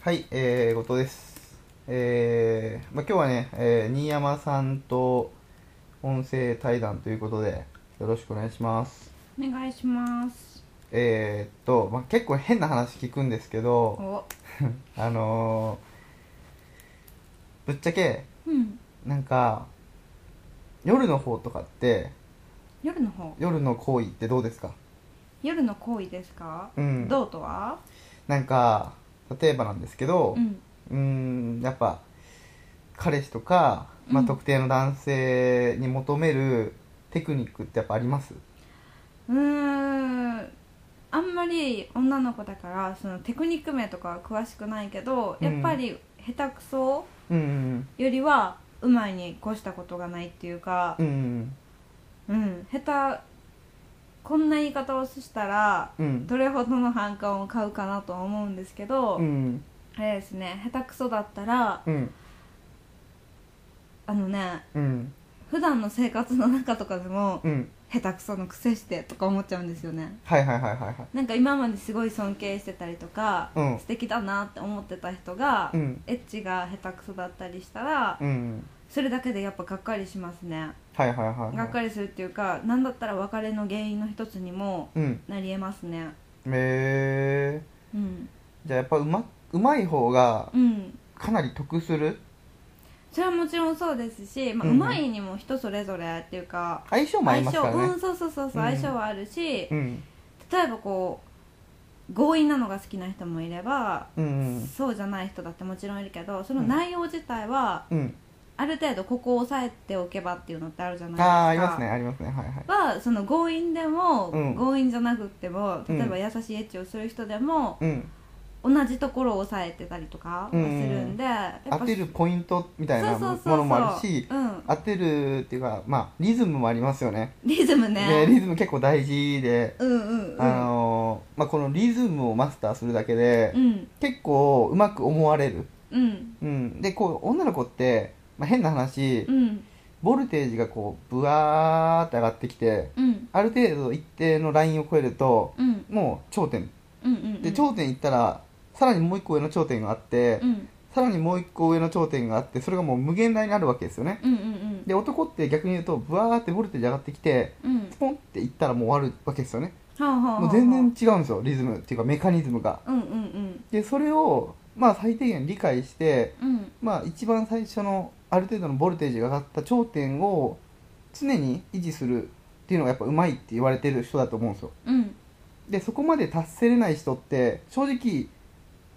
はい、えー、後藤です。えー、まあ、今日はね、えー、新山さんと音声対談ということで、よろしくお願いします。お願いしますえー、っと、まあ、結構変な話聞くんですけど、おあのー、ぶっちゃけ、うんなんか、夜の方とかって、夜の方夜の行為ってどうですか夜の行為ですか、うん。どうとはなんか、例えばなんですけど、うんうーんやっぱ彼氏とか、まあ、うん特定の男性に求めるテクニックってやっぱありますうーんあんまり女の子だからそのテクニック名とかは詳しくないけどうやんっぱり下手くそうんよりはうまいに越したことがないっていうかうんうんうん、下手こんな言い方をしたらうんどれほどの反感を買うかなとは思うんですけど、うんあれですね下手くそだったらうんあのねうん普段の生活の中とかでもうん下手くその癖してとか思っちゃうんですよねはいはいはいはいはいなんか今まですごい尊敬してたりとか、うん素敵だなって思ってた人が、うんエッチが下手くそだったりしたら、うんそれだけでやっぱがっかりしますね、はいはいはいがっかりりするっていうか何だったら別れの原因の一つにもうんなりえますねへえうんじゃあやっぱうまうまい方がうんかなり得するそれはもちろんそうですし、まあ、ううんまいにも人それぞれっていうか、相性もあり相ますか性らうねんそうそうそうそううん相性はあるし、うん例えばこう強引なのが好きな人もいれば、うんそうじゃない人だってもちろんいるけどその内容自体はうんある程度ここを押さえておけばっていうのってあるじゃないですかああーありますねありますねはいはいはその強引でも、うん強引じゃなくってもうん例えば優しいエッチをする人でも、うん同じところを押さえてたりとかはするんで、やっぱ当てるポイントみたいなそうもそうそうそうのもあるしうん、当てるっていうかまあリズムもありますよねリズムねねリズム結構大事で、うんうんうんあのーまあ、このリズムをマスターするだけで、うん結構うまく思われる、うんうん、でこう女の子って、まあ、変な話、うんボルテージがこうブワーって上がってきてうんある程度一定のラインを超えるとうんうんもう頂点うんうんで頂点行ったらさらにもう一個上の頂点があって、うんさらにもう一個上の頂点があってそれがもう無限大になるわけですよねうんうんで男って逆に言うとブワーってボルテージ上がってきてうんうんポンって行ったらもう終わるわけですよねはあはあはあもう全然違うんですよリズムっていうかメカニズムがうんうんでそれをまあ最低限理解してうんうんまあ一番最初のある程度のボルテージが上がった頂点を常に維持するっていうのがやっぱうまいって言われてる人だと思うんですようんでそこまで達せれない人って正直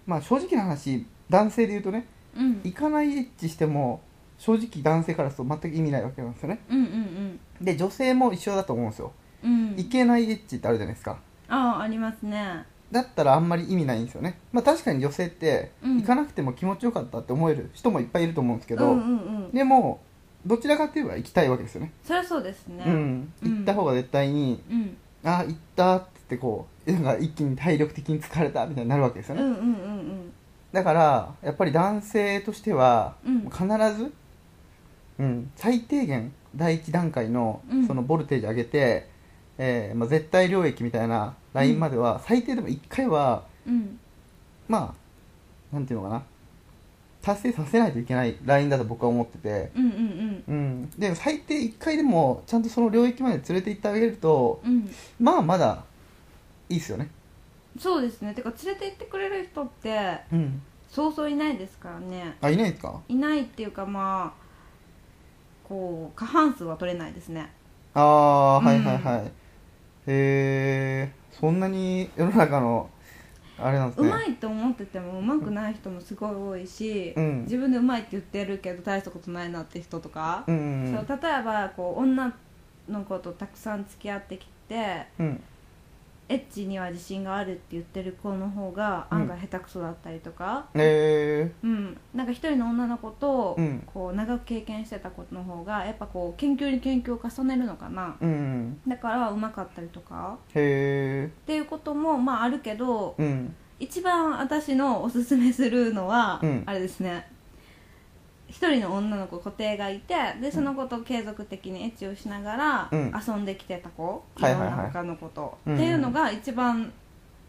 まあ正直な話男性で言うとねうん行かないエッチしても正直男性からすると全く意味ないわけなんですよねうんうんで女性も一緒だと思うんですようんういんけないエッチってあるじゃないですかああありますねだったらあんまり意味ないんですよねまあ確かに女性ってうん行かなくても気持ちよかったって思える人もいっぱいいると思うんですけけど、うんうんうんでもどちらかといえば行きたいわけですよねそりゃそうですねうんうん行った方が絶対に、うんあ行ったっつってこうなんか一気に体力的に疲れたみたいになるわけですうよんね、うんうんだからやっぱり男性としてはうん必ず、うん、最低限第一段階のうんそのボルテージ上げて、えーまあ、絶対領域みたいなラインまでは最低でも1回はうんうんまあなんていうのかな達成させないといけないラインだと僕は思ってて、うんうんうん、で最低1回でもちゃんとその領域まで連れて行ってあげるとうんうんまあまだいいっすよねそうですねてか連れて行ってくれる人ってうんそうそういないですからねあいないですかいないっていうかまあこう過半数は取れないですねああうんはいはいはい、へえそんなに世の中のあれなんですうねまいと思っててもうまくない人もすごい多いし、うん自分でうまいって言ってるけど大したことないなって人とか、うんうんそう例えばこう女の子とたくさん付き合ってきてうんエッチには自信があるって言ってる子の方がうん案外下手くそだったりとか、えうんなんか一人の女の子と、うんこう長く経験してた子の方がやっぱこう研究に研究を重ねるのかなー、うんだからうまかったりとかへえっていうこともまああるけど、うん一番私のおすすめするのは、うんあれですね一人の女の子固定がいてでその子と継続的にエッチをしながらうん遊んできてた子、はいはいはいろんな他の子と、うんっていうのが一番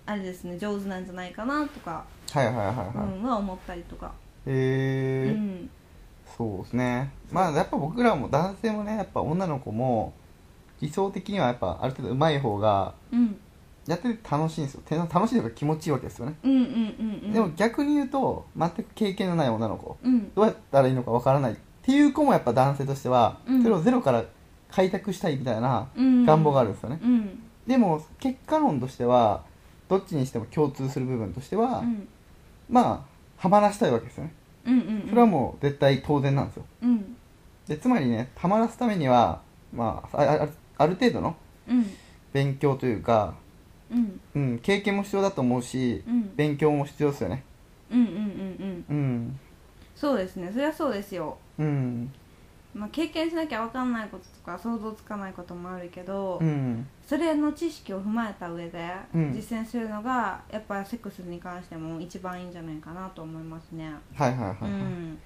あれですね上手なんじゃないかなとか、はいはいはいはい、うん、は思ったりとか、うえーん、そうですねまあやっぱ僕らも男性もねやっぱ女の子も理想的にはやっぱある程度上手い方がうん、やってて楽しいんですよてな楽しいというか気持ちいいわけですよね、うんうんうんうんでも逆に言うと全く経験のない女の子うんどうやったらいいのかわからないっていう子もやっぱ男性としては、うんそれをゼロから開拓したいみたいなうん願望があるんですよね、うんでも結果論としてはどっちにしても共通する部分としては、うんまあはまらしたいわけですよねうんうんそれはもう絶対当然なんですようんでつまりねたまらすためにはまあああある程度のうん勉強というか、うんうん、経験も必要だと思うしうん勉強も必要ですよねうんうんうんうんうんそうですねそりゃそうですようんまあ、経験しなきゃ分かんないこととか想像つかないこともあるけど、うんそれの知識を踏まえた上でうん実践するのが、やっぱセックスに関しても一番いいんじゃないかなと思いますね。はいはいはい、はいうん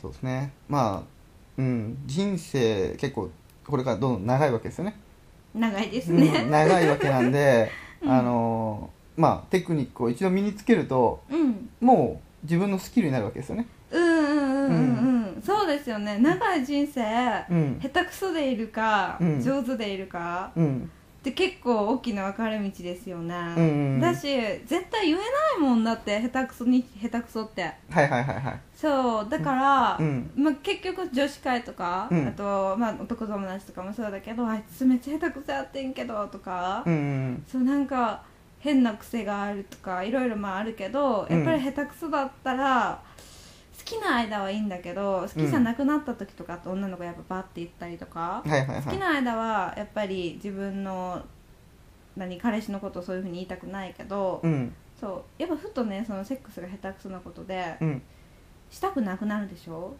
そうですねまあうん人生結構これからどんどん長いわけですよね長いですうんね。長いわけなんで、 うんあのーまあテクニックを一度身につけるとうん、もう自分のスキルになるわけですよねうん、うんうんうんうんそうですよね長い人生、うん下手くそでいるか、うん上手でいるかうんって結構大きな分かれ道ですよね。うんうんうんだし絶対言えないもんだって下手くそに下手くそって。はいはいはいはいそうだから、うんまあ、結局女子会とか、うんあと、まあ、男友達とかもそうだけどあいつめっちゃ下手くそやってんけどとか、うんうんそうなんか変な癖があるとかいろいろまああるけどうんやっぱり下手くそだったら、好きな間はいいんだけど好きじゃなくなった時とかって女の子やっぱバッて行ったりとか、はいはい好はきいな間はやっぱり自分の何彼氏のことをそういうふうに言いたくないけど、うんそうやっぱふとねそのセックスが下手くそなことで。うんしたくなくなるでしょ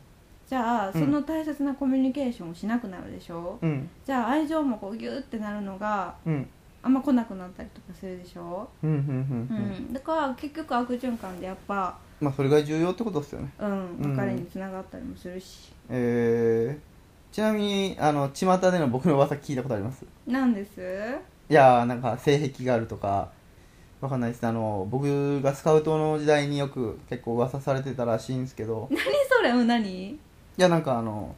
じゃあうそんの大切なコミュニケーションをしなくなるでしょ、うんじゃあ愛情もこうギューってなるのがうんあんま来なくなったりとかするでしょ、うんうんうんううんんだから結局悪循環でやっぱまあそれが重要ってことですよねうんうん別れにつながったりもするし、えー、ちなみにあの巷での僕の噂聞いたことありますなんですいやーなんか性癖があるとかわかんないですあの僕がスカウトの時代によく結構噂されてたらしいんですけど何それうん何いやなんかあの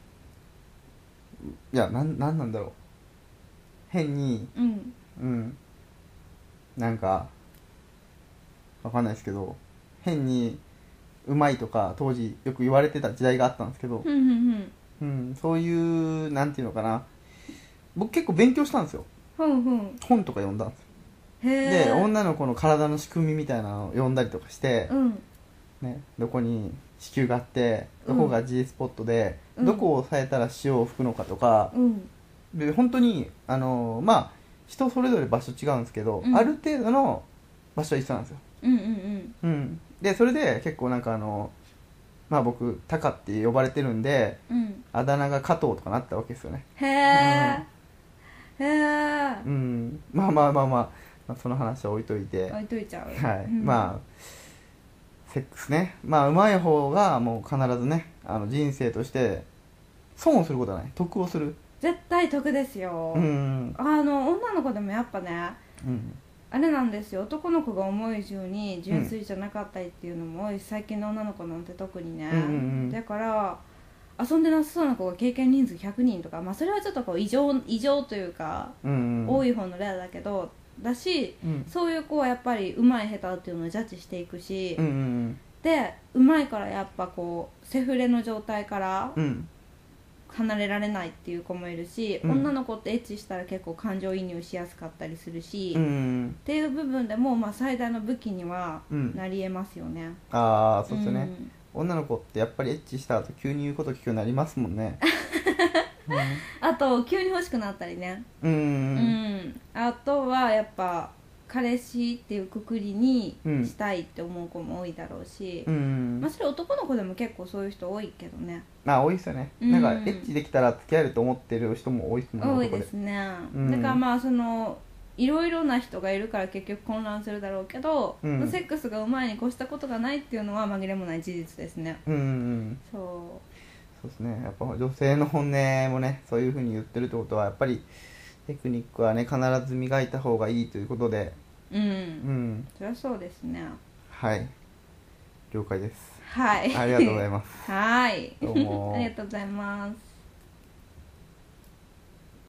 いやなんなんなんだろう変にうんうんなんかわかんないですけど変にうまいとか当時よく言われてた時代があったんですけどふ、んふんふんうん、そういうなんていうのかな僕結構勉強したんですよふんふん本とか読んだんですよへえで女の子の体の仕組みみたいなのを読んだりとかして、うんね、どこに子宮があってどこが G スポットで、うんどこを押さえたら潮を吹くのかとか、うんで本当にあのまあ人それぞれ場所違うんですけど、うんある程度の場所は一緒なんですよ、うんうんうん、でそれで結構なんかあのまあ僕タカって呼ばれてるんでうんうんあだ名が加藤とかなったわけですよねへえ、へえうんまあまあまあまあ、まあその話は置いといて置いといちゃうはい、うんまあセックスねまあ上手い方がもう必ずねあの人生として損をすることはない得をする絶対得ですよ、うんあの女の子でもやっぱねうんあれなんですよ男の子が思う以上に純粋じゃなかったりっていうのも多いし最近の女の子なんて特にね、うんうんうんだから遊んでなさそうな子が経験人数100人とか、まあ、それはちょっとこう異常異常というか、うん多いい方の例だけどだしうんそういう子はやっぱりうまい下手っていうのをジャッジしていくし、うんうんでうまいからやっぱこうセフレの状態からうんうん離れられないっていう子もいるし、うん女の子ってエッチしたら結構感情移入しやすかったりするし、うっんていう部分でも、まあ、最大の武器にはうんなりえますよね。ああそうですよね、女の子ってやっぱりエッチした後急に言うこと聞くようになりますもん ねうんあと急に欲しくなったりね、ううんんあとはやっぱ彼氏っていうくくりにうんしたいって思う子も多いだろうし、うん、まあ、それ男の子でも結構そういう人多いけどね、まあ多いですよね、うんなんかエッチできたら付き合えると思ってる人も多いですもん多ねい男ですね、うんだからまあそのいろいろな人がいるから結局混乱するだろうけど、うんセックスがうまいに越したことがないっていうのは紛れもない事実ですねうんうんそそうですねやっぱ女性の本音もねそういうふうに言ってるってことはやっぱりテクニックはね必ず磨いた方がいいということでうううんんそりゃそうですねはい了解ですはいありがとうございます はいどうも ありがとうございます